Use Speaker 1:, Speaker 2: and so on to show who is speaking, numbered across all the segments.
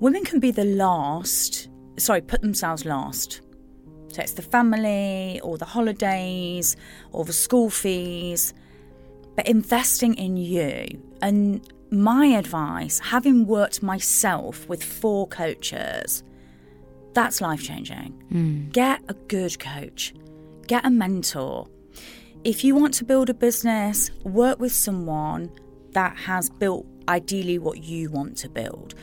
Speaker 1: women can be the last, sorry, put themselves last. So it's the family or the holidays or the school fees, but investing in you. And my advice, having worked myself with four coaches, that's life changing. Get a good coach, get a mentor. If you want to build a business, work with someone that has built ideally what you want to build.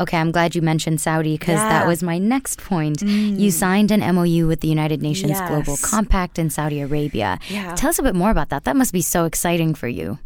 Speaker 2: Okay, I'm glad you mentioned Saudi because that
Speaker 1: Yeah. Mm.
Speaker 2: was my next point. You signed an MOU with the United Nations Global
Speaker 1: Yes.
Speaker 2: Compact in Saudi Arabia.
Speaker 1: Yeah.
Speaker 2: Tell us a bit more about that. That must be so exciting for you.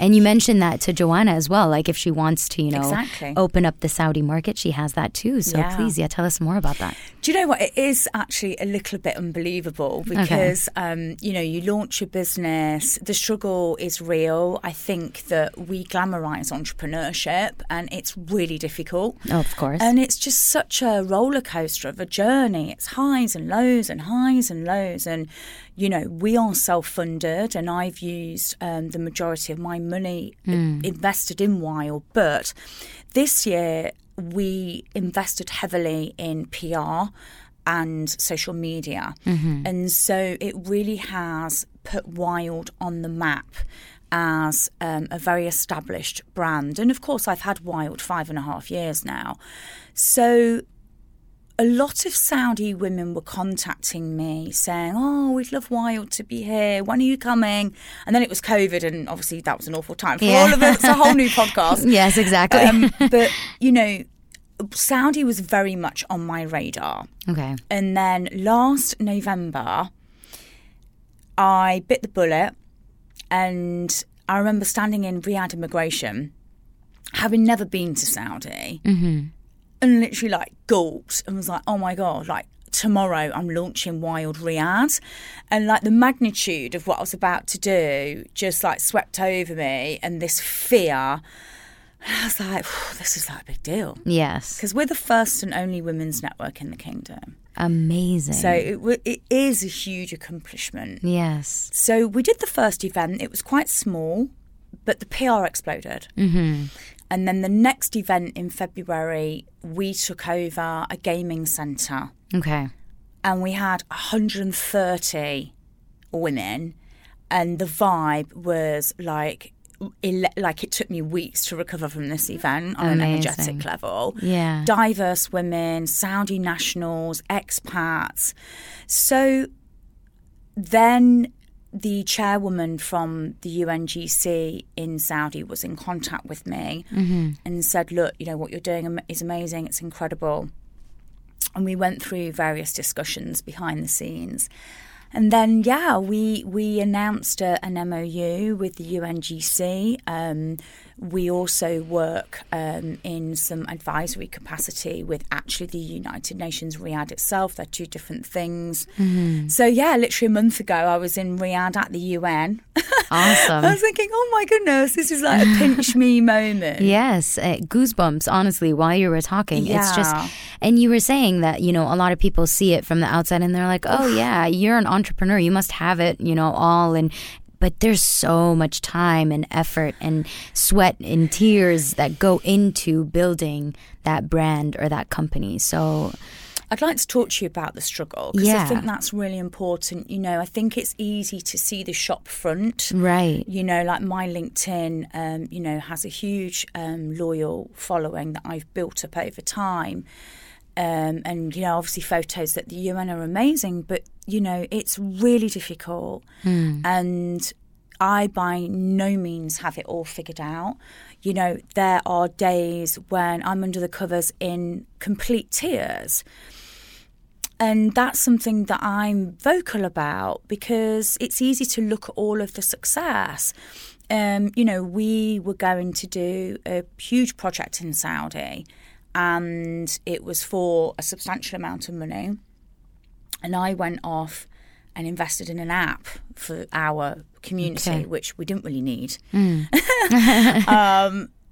Speaker 2: And you mentioned that to Joanna as well. Like if she wants to, you know,
Speaker 1: Exactly.
Speaker 2: open up the Saudi market, she has that too. So
Speaker 1: Yeah.
Speaker 2: please, yeah, tell us more about that.
Speaker 1: Do you know what? It is actually a little bit unbelievable because, um, you know, you launch your business, the struggle is real. I think that we glamorize entrepreneurship and it's really difficult.
Speaker 2: Oh, of course.
Speaker 1: And it's just such a roller coaster of a journey. It's highs and lows and highs and lows. And, you know, we are self funded, and I've used um, the majority of my money i- invested in Wild. But this year, we invested heavily in PR and social media. And so it really has put Wild on the map. As um, a very established brand. And of course, I've had Wild five and a half years now. So a lot of Saudi women were contacting me saying, Oh, we'd love Wild to be here. When are you coming? And then it was COVID, and obviously that was an awful time for
Speaker 2: Yeah.
Speaker 1: all of us. It's a whole new podcast.
Speaker 2: yes, exactly.
Speaker 1: Um, but, you know, Saudi was very much on my radar.
Speaker 2: okay.
Speaker 1: And then last November, I bit the bullet and I remember standing in Riyadh immigration, having never been to Saudi, and literally like gulped and was like, oh my God, like tomorrow I'm launching Wild Riyadh. And like the magnitude of what I was about to do just like swept over me and this fear. And I was like, "Phew, this is like a big deal.
Speaker 2: Yes.
Speaker 1: Because we're the first and only women's network in the kingdom.
Speaker 2: Amazing.
Speaker 1: So it, wa- it is a huge accomplishment.
Speaker 2: yes.
Speaker 1: So we did the first event. It was quite small, but the PR exploded. Mm-hmm. And then the next event in February, we took over a gaming centre
Speaker 2: Okay.
Speaker 1: and we had 130 women, and the vibe was like, ele- like it took me weeks to recover from this event on an energetic
Speaker 2: Amazing.
Speaker 1: level
Speaker 2: Yeah.
Speaker 1: diverse women, Saudi nationals, expats. So then the chairwoman from the UNGC in Saudi was in contact with me and said, Look, you know, what you're doing am- is amazing, it's incredible. And we went through various discussions behind the scenes. And then, yeah, we we announced a, an MOU with the UNGC. Um, we also work um, in some advisory capacity with actually the United Nations Riyadh itself. They're two different things. So, yeah, literally a month ago, I was in Riyadh at the UN. I
Speaker 2: Awesome.
Speaker 1: was thinking, oh my goodness, this is like a pinch me moment.
Speaker 2: Yes, uh, goosebumps, honestly, while you were talking. It's just,
Speaker 1: Yeah.
Speaker 2: and you were saying that, you know, a lot of people see it from the outside and they're like, oh, yeah, you're an entrepreneur. You must have it, you know, all. And, but there's so much time and effort and sweat and tears that go into building that brand or that company. So,
Speaker 1: I'd like to talk to you about the struggle because I
Speaker 2: Yeah.
Speaker 1: think that's really important. You know, I think it's easy to see the shop front.
Speaker 2: Mm. right.
Speaker 1: You know, like my LinkedIn, um, you know, has a huge um, loyal following that I've built up over time. Um, and, you know, obviously photos at the UN are amazing, but, you know, it's really difficult. And I by no means have it all figured out. You know, there are days when I'm under the covers in complete tears. And that's something that I'm vocal about because it's easy to look at all of the success. Um, you know, we were going to do a huge project in Saudi, and it was for a substantial amount of money. And I went off and invested in an app for our community,
Speaker 2: Okay.
Speaker 1: which we didn't really need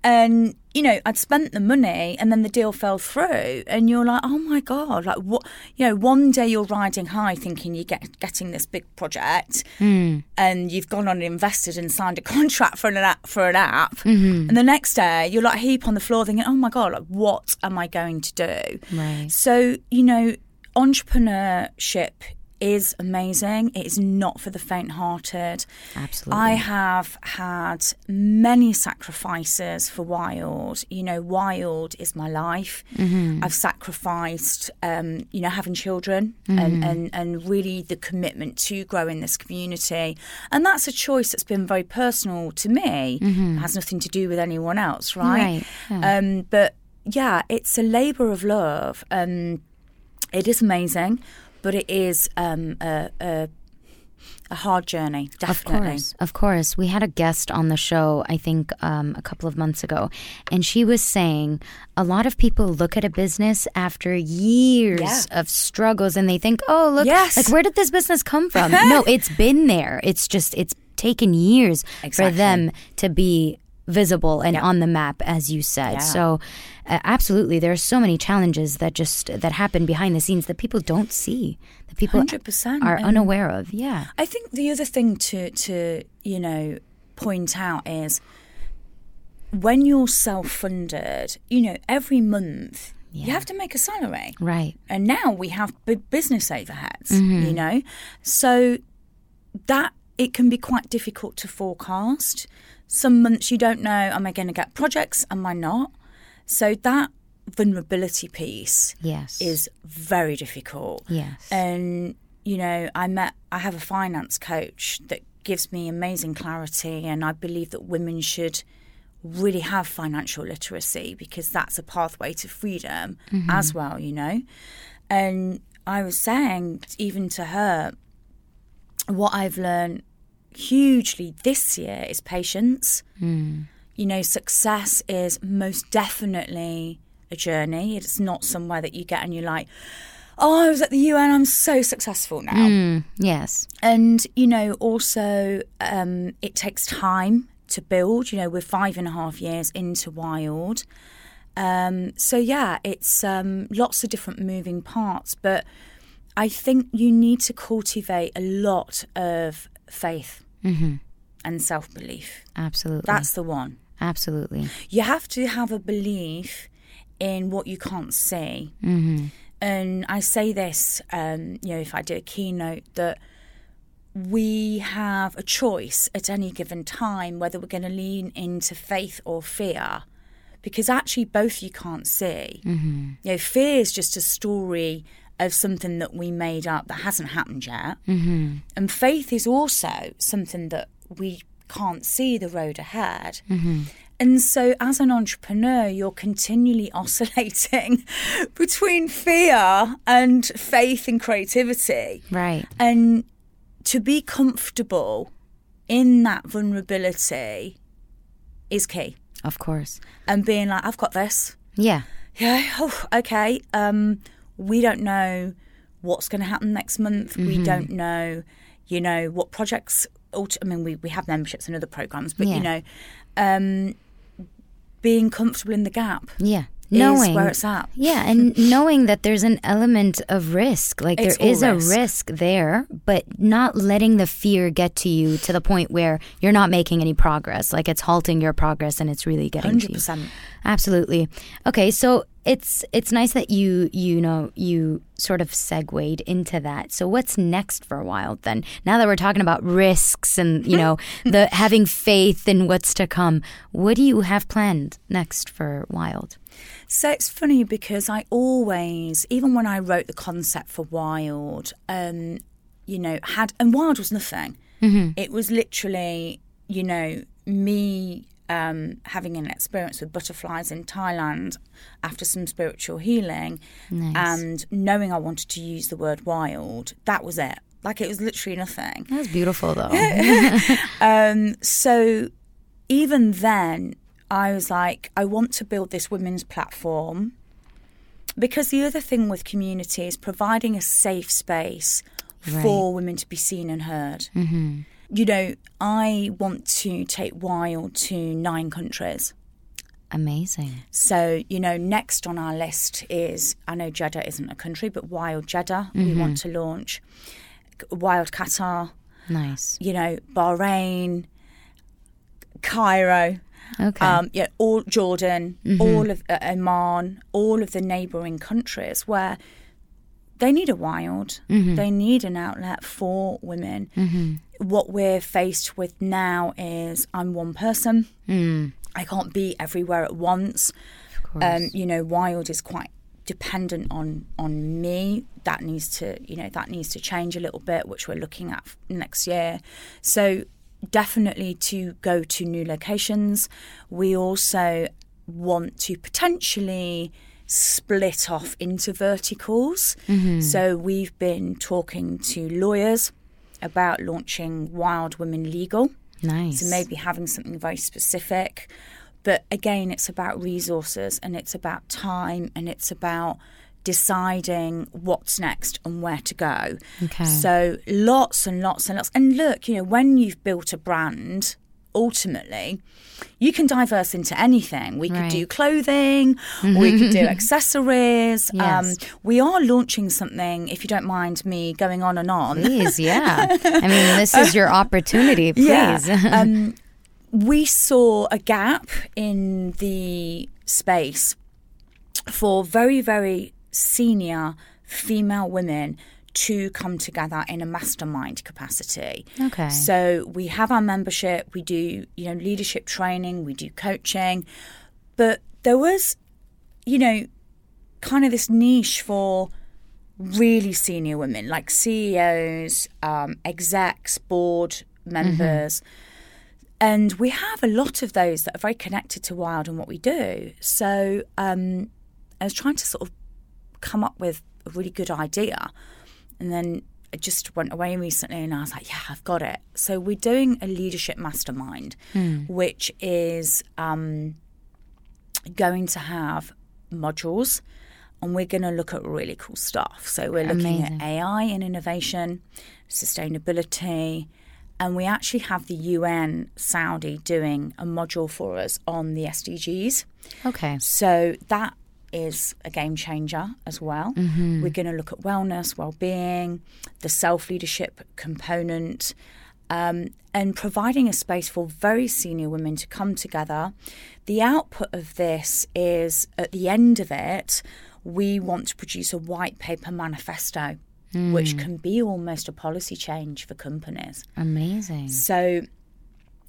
Speaker 1: and you know i'd spent the money and then the deal fell through and you're like oh my god like what you know one day you're riding high thinking you get getting this big project and you've gone on and invested and signed a contract for an app for an app and the next day you're like heap on the floor thinking oh my god like what am i going to do
Speaker 2: Right.
Speaker 1: so you know entrepreneurship is amazing it is not for the faint-hearted
Speaker 2: Absolutely.
Speaker 1: I have had many sacrifices for Wild. You know, Wild is my life.
Speaker 2: Mm-hmm.
Speaker 1: I've sacrificed, um, you know, having children
Speaker 2: Mm-hmm.
Speaker 1: and, and, and really the commitment to growing this community. And that's a choice that's been very personal to me. It has nothing to do with anyone else, right?
Speaker 2: Mm-hmm. Right, yeah.
Speaker 1: Um, but yeah, it's a labour of love. Um, it is amazing, but it is um, a, a, a hard journey,
Speaker 2: Of
Speaker 1: definitely.
Speaker 2: course, of course. We had a guest on the show, I think, um, a couple of months ago, and she was saying a lot of people look at a business after years
Speaker 1: Yeah.
Speaker 2: of struggles and they think, oh, look,
Speaker 1: Yes.
Speaker 2: like where did this business come from? no, it's been there. It's just, it's taken years for
Speaker 1: Exactly.
Speaker 2: them to be visible and on the map as you said
Speaker 1: Yeah.
Speaker 2: so uh, absolutely there are so many challenges that just that happen behind the scenes that people don't see that people
Speaker 1: 100%,
Speaker 2: are
Speaker 1: and-
Speaker 2: unaware of yeah
Speaker 1: I think the other thing to to you know point out is when you're self funded, you know every month you have to make a salary,
Speaker 2: right
Speaker 1: and now we have big business overheads, you know, so that it can be quite difficult to forecast. Some months you don't know, am I going to get projects? Am I not? So that vulnerability piece
Speaker 2: yes
Speaker 1: is very difficult.
Speaker 2: Yes.
Speaker 1: And you know, I met I have a finance coach that gives me amazing clarity and I believe that women should really have financial literacy because that's a pathway to freedom as well, you know. And I was saying even to her what I've learned hugely this year is patience. You know, success is most definitely a journey. It's not somewhere that you get and you're like, oh, I was at the UN, I'm so successful now.
Speaker 2: yes.
Speaker 1: And, you know, also um, it takes time to build. You know, we're five and a half years into Wild. Um, so, yeah, it's um, lots of different moving parts. But I think you need to cultivate a lot of faith and self belief.
Speaker 2: Absolutely.
Speaker 1: That's the one.
Speaker 2: Absolutely.
Speaker 1: You have to have a belief in what you can't see. And I say this, um, you know, if I do a keynote, that we have a choice at any given time whether we're going to lean into faith or fear, because actually both you can't see. You know, fear is just a story of something that we made up that hasn't happened yet. And faith is also something that we can't see the road ahead. And so, as an entrepreneur, you're continually oscillating between fear and faith and creativity.
Speaker 2: Right.
Speaker 1: And to be comfortable in that vulnerability is key.
Speaker 2: Of course.
Speaker 1: And being like, I've got this.
Speaker 2: Yeah.
Speaker 1: Yeah, oh, okay. Um, we don't know what's going to happen next month.
Speaker 2: Mm-hmm.
Speaker 1: We don't know, you know, what projects. ult- I mean, we, we have memberships and other programs, but
Speaker 2: Yeah.
Speaker 1: you know, um, being comfortable in the gap
Speaker 2: Yeah.
Speaker 1: is
Speaker 2: Knowing
Speaker 1: where it's at.
Speaker 2: Yeah, and knowing that there's an element of risk. Like
Speaker 1: It's
Speaker 2: there is
Speaker 1: all
Speaker 2: a
Speaker 1: risk.
Speaker 2: risk there, but not letting the fear get to you to the point where you're not making any progress. Like it's halting your progress and it's really getting
Speaker 1: Hundred
Speaker 2: to you.
Speaker 1: percent.
Speaker 2: Absolutely. Okay, so it's it's nice that you you know you sort of segued into that. So what's next for Wild then? Now that we're talking about risks and you know the having faith in what's to come, what do you have planned next for Wild?
Speaker 1: So it's funny because I always, even when I wrote the concept for Wild, um, you know, had and Wild was nothing. It was literally, you know, me um, having an experience with butterflies in Thailand after some spiritual healing, and knowing I wanted to use the word wild. That was it. Like it was literally nothing.
Speaker 2: That's beautiful though.
Speaker 1: Um, so even then, I was like, I want to build this women's platform because the other thing with community is providing a safe space for women to be seen and heard. Mm-hmm. You know, I want to take Wild to nine countries.
Speaker 2: Amazing.
Speaker 1: So, you know, next on our list is I know Jeddah isn't a country, but Wild Jeddah we want to launch, Wild Qatar,
Speaker 2: Nice.
Speaker 1: you know, Bahrain, Cairo,
Speaker 2: Okay.
Speaker 1: um, yeah, all Jordan, all of uh, Oman, all of the neighbouring countries where they need a wild, they need an outlet for women. What we're faced with now is I'm one person. I can't be everywhere at once.
Speaker 2: of course.
Speaker 1: Um, you know, wild is quite dependent on on me. That needs to, you know, that needs to change a little bit, which we're looking at f- next year. So definitely to go to new locations. We also want to potentially split off into verticals. So we've been talking to lawyers about launching Wild Women Legal.
Speaker 2: nice.
Speaker 1: So maybe having something very specific. But again, it's about resources and it's about time and it's about deciding what's next and where to go.
Speaker 2: Okay.
Speaker 1: So lots and lots and lots. And look, you know, when you've built a brand, ultimately, you can diverse into anything. We could
Speaker 2: Right.
Speaker 1: do clothing, we could do accessories.
Speaker 2: Yes.
Speaker 1: Um, we are launching something, if you don't mind me going on and on.
Speaker 2: Please, yeah. I mean, this is your opportunity. Please.
Speaker 1: Yeah. um, we saw a gap in the space for very, very senior female women to come together in a mastermind capacity.
Speaker 2: Okay.
Speaker 1: So we have our membership, we do, you know, leadership training, we do coaching, but there was, you know, kind of this niche for really senior women, like CEOs, um, execs, board members. And we have a lot of those that are very connected to Wild and what we do. So um, I was trying to sort of come up with a really good idea. And then it just went away recently, and I was like, yeah, I've got it. So we're doing a leadership mastermind, which is um, going to have modules. And we're going to look at really cool stuff. So we're looking
Speaker 2: Amazing.
Speaker 1: at AI and innovation, sustainability, and we actually have the UN Saudi doing a module for us on the SDGs.
Speaker 2: okay.
Speaker 1: So that is a game changer as well. We're going to look at wellness, well-being, the self-leadership component, um, and providing a space for very senior women to come together. The output of this is at the end of it, we want to produce a white paper manifesto, which can be almost a policy change for companies.
Speaker 2: Amazing.
Speaker 1: So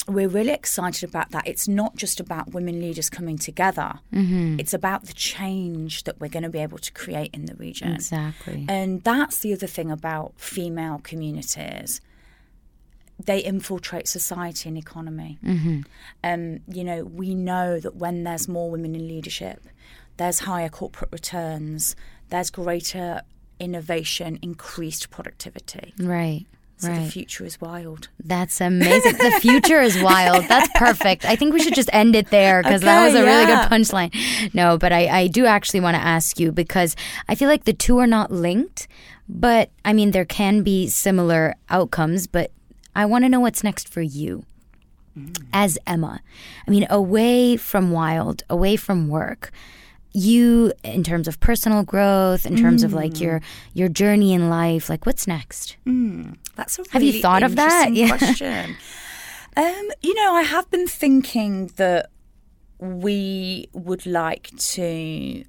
Speaker 1: we're really excited about that. It's not just about women leaders coming together, it's about the change that we're going to be able to create in the region.
Speaker 2: Exactly.
Speaker 1: And that's the other thing about female communities. They infiltrate society and economy. Um, you know, we know that when there's more women in leadership, there's higher corporate returns, there's greater innovation, increased productivity.
Speaker 2: Right.
Speaker 1: So the
Speaker 2: right.
Speaker 1: future is wild.
Speaker 2: That's amazing. the future is wild. That's perfect. I think we should just end it there because that
Speaker 1: Okay,
Speaker 2: was a really
Speaker 1: yeah.
Speaker 2: good punchline. No, but I, I do actually want to ask you because I feel like the two are not linked, but I mean, there can be similar outcomes, but I want to know what's next for you
Speaker 1: Mm.
Speaker 2: as Emma. I mean, away from wild, away from work you in terms of personal growth in terms of
Speaker 1: Mm.
Speaker 2: like your your journey in life like what's next
Speaker 1: That's a really
Speaker 2: Have you thought of that?
Speaker 1: interesting
Speaker 2: Yeah.
Speaker 1: question. um, you know, I have been thinking that we would like to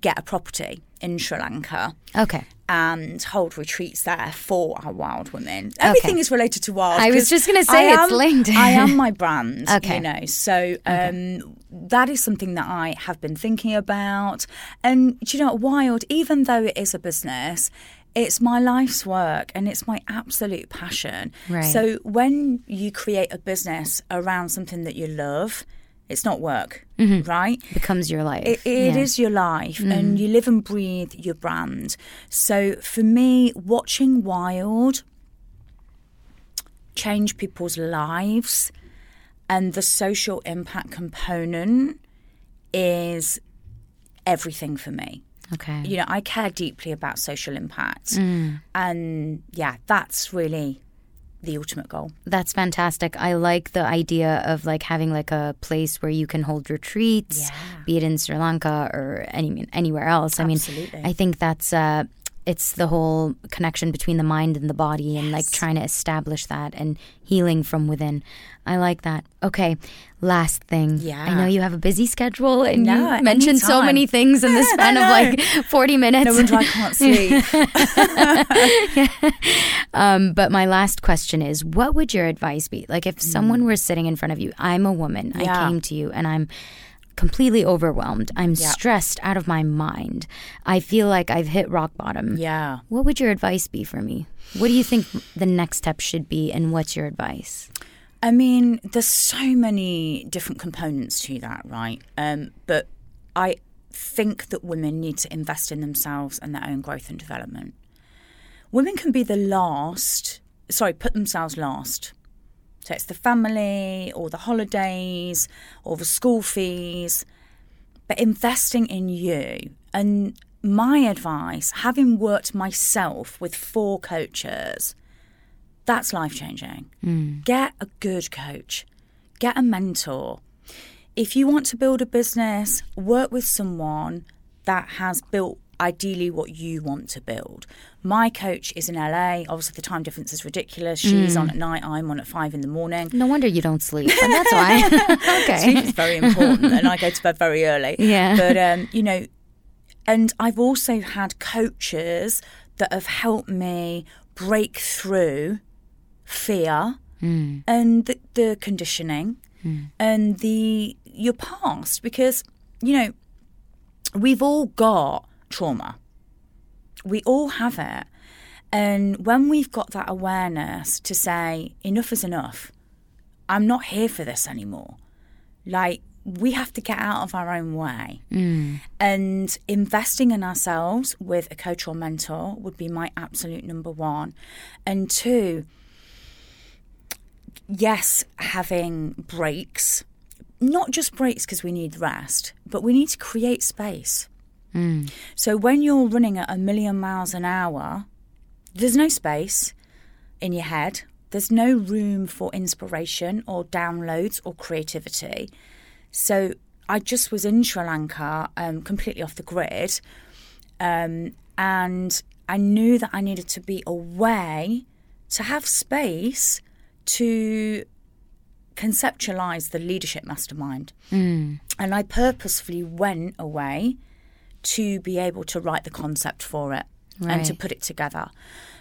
Speaker 1: get a property in Sri Lanka
Speaker 2: okay
Speaker 1: and hold retreats there for our wild women. Everything is related to wild.
Speaker 2: I was
Speaker 1: 'cause
Speaker 2: just gonna say
Speaker 1: I
Speaker 2: it's
Speaker 1: am-
Speaker 2: linked.
Speaker 1: I am my brand.
Speaker 2: Okay.
Speaker 1: You know, so um, that is something that I have been thinking about. And do you know, what, wild, even though it is a business. It's my life's work and it's my absolute passion.
Speaker 2: Right.
Speaker 1: So, when you create a business around something that you love, it's not work,
Speaker 2: Mm-hmm.
Speaker 1: right?
Speaker 2: becomes your life
Speaker 1: It, it is
Speaker 2: Yeah.
Speaker 1: your life, and you live and breathe your brand. So for me, watching Wild change people's lives and the social impact component is everything for me.
Speaker 2: okay
Speaker 1: You know, I care deeply about social impact, and yeah, that's really the ultimate goal.
Speaker 2: That's fantastic. I like the idea of like having like a place where you can hold retreats,
Speaker 1: Yeah.
Speaker 2: be it in Sri Lanka or any anywhere else. I
Speaker 1: Absolutely.
Speaker 2: mean, I think that's uh, it's the whole connection between the mind and the body, and like trying to establish that and healing from within. I like that. Okay, last thing. I
Speaker 1: Yeah.
Speaker 2: know you have a busy schedule, and
Speaker 1: No,
Speaker 2: you mentioned so
Speaker 1: anytime.
Speaker 2: many things in the span of
Speaker 1: know.
Speaker 2: like forty minutes.
Speaker 1: No wonder I can't sleep.
Speaker 2: Um, but my last question is what would your advice be? Like, if someone were sitting in front of you, I'm a woman, I
Speaker 1: Yeah.
Speaker 2: came to you, and I'm completely overwhelmed, I'm
Speaker 1: Yeah.
Speaker 2: stressed out of my mind, I feel like I've hit rock bottom.
Speaker 1: yeah.
Speaker 2: What would your advice be for me? What do you think the next step should be, and what's your advice?
Speaker 1: I mean, there's so many different components to that, right? Um, but I think that women need to invest in themselves and their own growth and development. Women can be the last, sorry, put themselves last. So it's the family or the holidays or the school fees, but investing in you. And my advice, having worked myself with four coaches, that's life changing. Get a good coach, get a mentor. If you want to build a business, work with someone that has built ideally what you want to build. My coach is in LA. Obviously, the time difference is ridiculous. She's on at night, I'm on at five in the morning.
Speaker 2: No wonder you don't sleep, and that's why.
Speaker 1: Sleep
Speaker 2: okay.
Speaker 1: is very important, and I go to bed very early.
Speaker 2: Yeah.
Speaker 1: But, um, you know, and I've also had coaches that have helped me break through fear and the, the conditioning and the your past because you know we've all got trauma we all have it and when we've got that awareness to say enough is enough i'm not here for this anymore like we have to get out of our own way and investing in ourselves with a coach or mentor would be my absolute number one and two yes having breaks not just breaks because we need rest but we need to create space so when you're running at a million miles an hour there's no space in your head there's no room for inspiration or downloads or creativity so I just was in Sri Lanka, um, completely off the grid, um, and I knew that I needed to be away to have space to conceptualize the leadership mastermind. And I purposefully went away to be able to write the concept for it and to
Speaker 2: Right.
Speaker 1: put it together.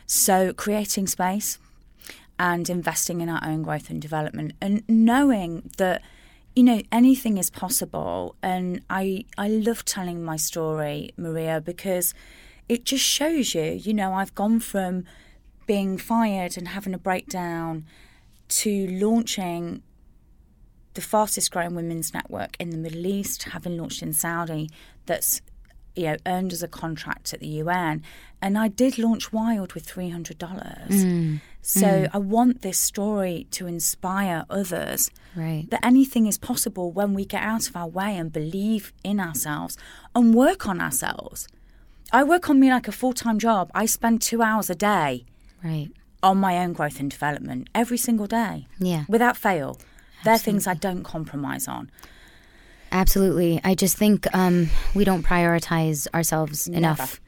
Speaker 1: So creating space and investing in our own growth and development and knowing that you know anything is possible and i i love telling my story maria because it just shows you you know i've gone from being fired and having a breakdown to launching the fastest growing women's network in the Middle East, having launched in Saudi, that's you know earned as a contract at the UN, and I did launch Wild with three hundred dollars. So I want this story to inspire others
Speaker 2: Right.
Speaker 1: that anything is possible when we get out of our way and believe in ourselves and work on ourselves. I work on me like a full time job. I spend two hours a day
Speaker 2: Right.
Speaker 1: on my own growth and development every single day
Speaker 2: Yeah.
Speaker 1: without fail. They're things I don't compromise on.
Speaker 2: Absolutely. I just think um, we don't prioritize ourselves enough.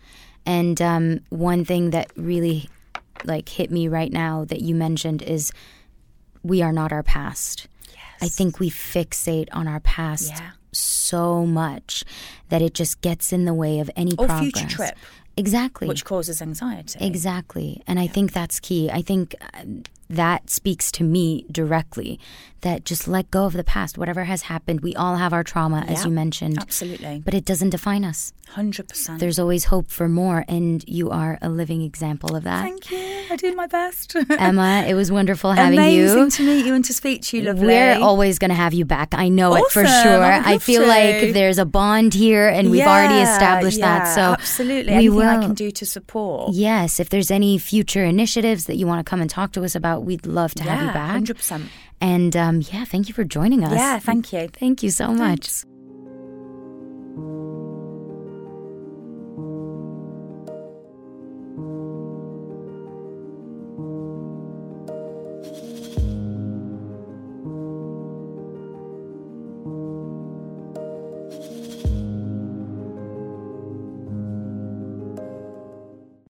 Speaker 2: And um, one thing that really like hit me right now that you mentioned is we are not our past. I think we fixate on our past
Speaker 1: Yeah.
Speaker 2: so much that it just gets in the way of any
Speaker 1: Or
Speaker 2: progress.
Speaker 1: Oh, future trip,
Speaker 2: Exactly.
Speaker 1: which causes anxiety.
Speaker 2: Exactly. And I think that's key. I think um, that speaks to me directly that just let go of the past. Whatever has happened, we all have our trauma, as
Speaker 1: Yeah. Mm-hmm.
Speaker 2: you mentioned,
Speaker 1: Absolutely.
Speaker 2: but it doesn't define us.
Speaker 1: 100%.
Speaker 2: There's always hope for more, and you are a living example of that.
Speaker 1: Thank you. I do my best.
Speaker 2: Emma, it was wonderful having
Speaker 1: Amazing
Speaker 2: you.
Speaker 1: to meet you and to speak to you, lovely.
Speaker 2: We're always going to have you back. I know it for
Speaker 1: Awesome. I
Speaker 2: sure.
Speaker 1: would
Speaker 2: I
Speaker 1: love
Speaker 2: feel
Speaker 1: to.
Speaker 2: like there's a bond here, and we've already
Speaker 1: Yeah,
Speaker 2: established that.
Speaker 1: yeah,
Speaker 2: So
Speaker 1: absolutely,
Speaker 2: we
Speaker 1: anything
Speaker 2: will.
Speaker 1: I can do to support.
Speaker 2: Yes, if there's any future initiatives that you want to come and talk to us about, we'd love to have you back.
Speaker 1: hundred percent.
Speaker 2: And um, yeah, thank you for joining us.
Speaker 1: Yeah, thank you.
Speaker 2: Thank you so much.